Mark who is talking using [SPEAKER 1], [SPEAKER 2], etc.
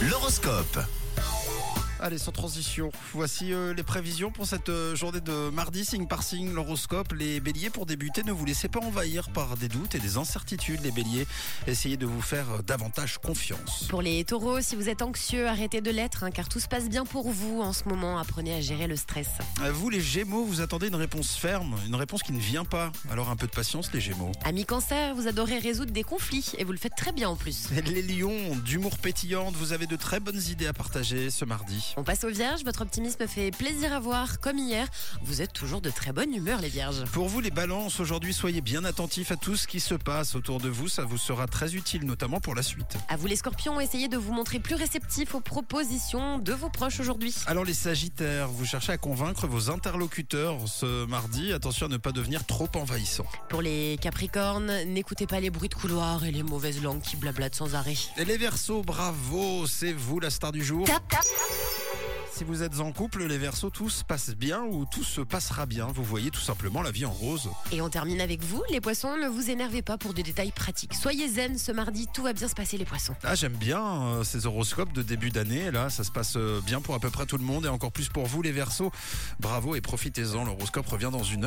[SPEAKER 1] l'horoscope. Allez, sans transition, voici euh, les prévisions pour cette euh, journée de mardi, signe par signe, l'horoscope. Les béliers, pour débuter, ne vous laissez pas envahir par des doutes et des incertitudes. Les béliers, essayez de vous faire euh, davantage confiance.
[SPEAKER 2] Pour les taureaux, si vous êtes anxieux, arrêtez de l'être, hein, car tout se passe bien pour vous en ce moment. Apprenez à gérer le stress.
[SPEAKER 1] Euh, Vous, les gémeaux, vous attendez une réponse ferme, une réponse qui ne vient pas. Alors un peu de patience, les gémeaux.
[SPEAKER 2] Amis cancer, vous adorez résoudre des conflits et vous le faites très bien en plus.
[SPEAKER 1] Les lions, d'humour pétillante, vous avez de très bonnes idées à partager ce mardi.
[SPEAKER 2] On passe aux vierges, votre optimisme fait plaisir à voir, comme hier. Vous êtes toujours de très bonne humeur, les vierges.
[SPEAKER 1] Pour vous les balances, aujourd'hui soyez bien attentifs à tout ce qui se passe autour de vous, ça vous sera très utile notamment pour la suite.
[SPEAKER 2] À vous les scorpions, essayez de vous montrer plus réceptif aux propositions de vos proches aujourd'hui.
[SPEAKER 1] Alors les sagittaires, vous cherchez à convaincre vos interlocuteurs ce mardi, attention à ne pas devenir trop envahissant.
[SPEAKER 2] Pour les capricornes, n'écoutez pas les bruits de couloir et les mauvaises langues qui blablatent sans arrêt.
[SPEAKER 1] Et les versos, bravo, c'est vous la star du jour.
[SPEAKER 2] Tap, tap.
[SPEAKER 1] Si vous êtes en couple, les versos, tout se passe bien ou tout se passera bien, vous voyez tout simplement la vie en rose.
[SPEAKER 2] Et on termine avec vous, les poissons, ne vous énervez pas pour des détails pratiques. Soyez zen ce mardi, tout va bien se passer les poissons.
[SPEAKER 1] Ah, j'aime bien euh, ces horoscopes de début d'année. Là, ça se passe euh, bien pour à peu près tout le monde et encore plus pour vous, les Verseaux. Bravo et profitez-en. L'horoscope revient dans une heure.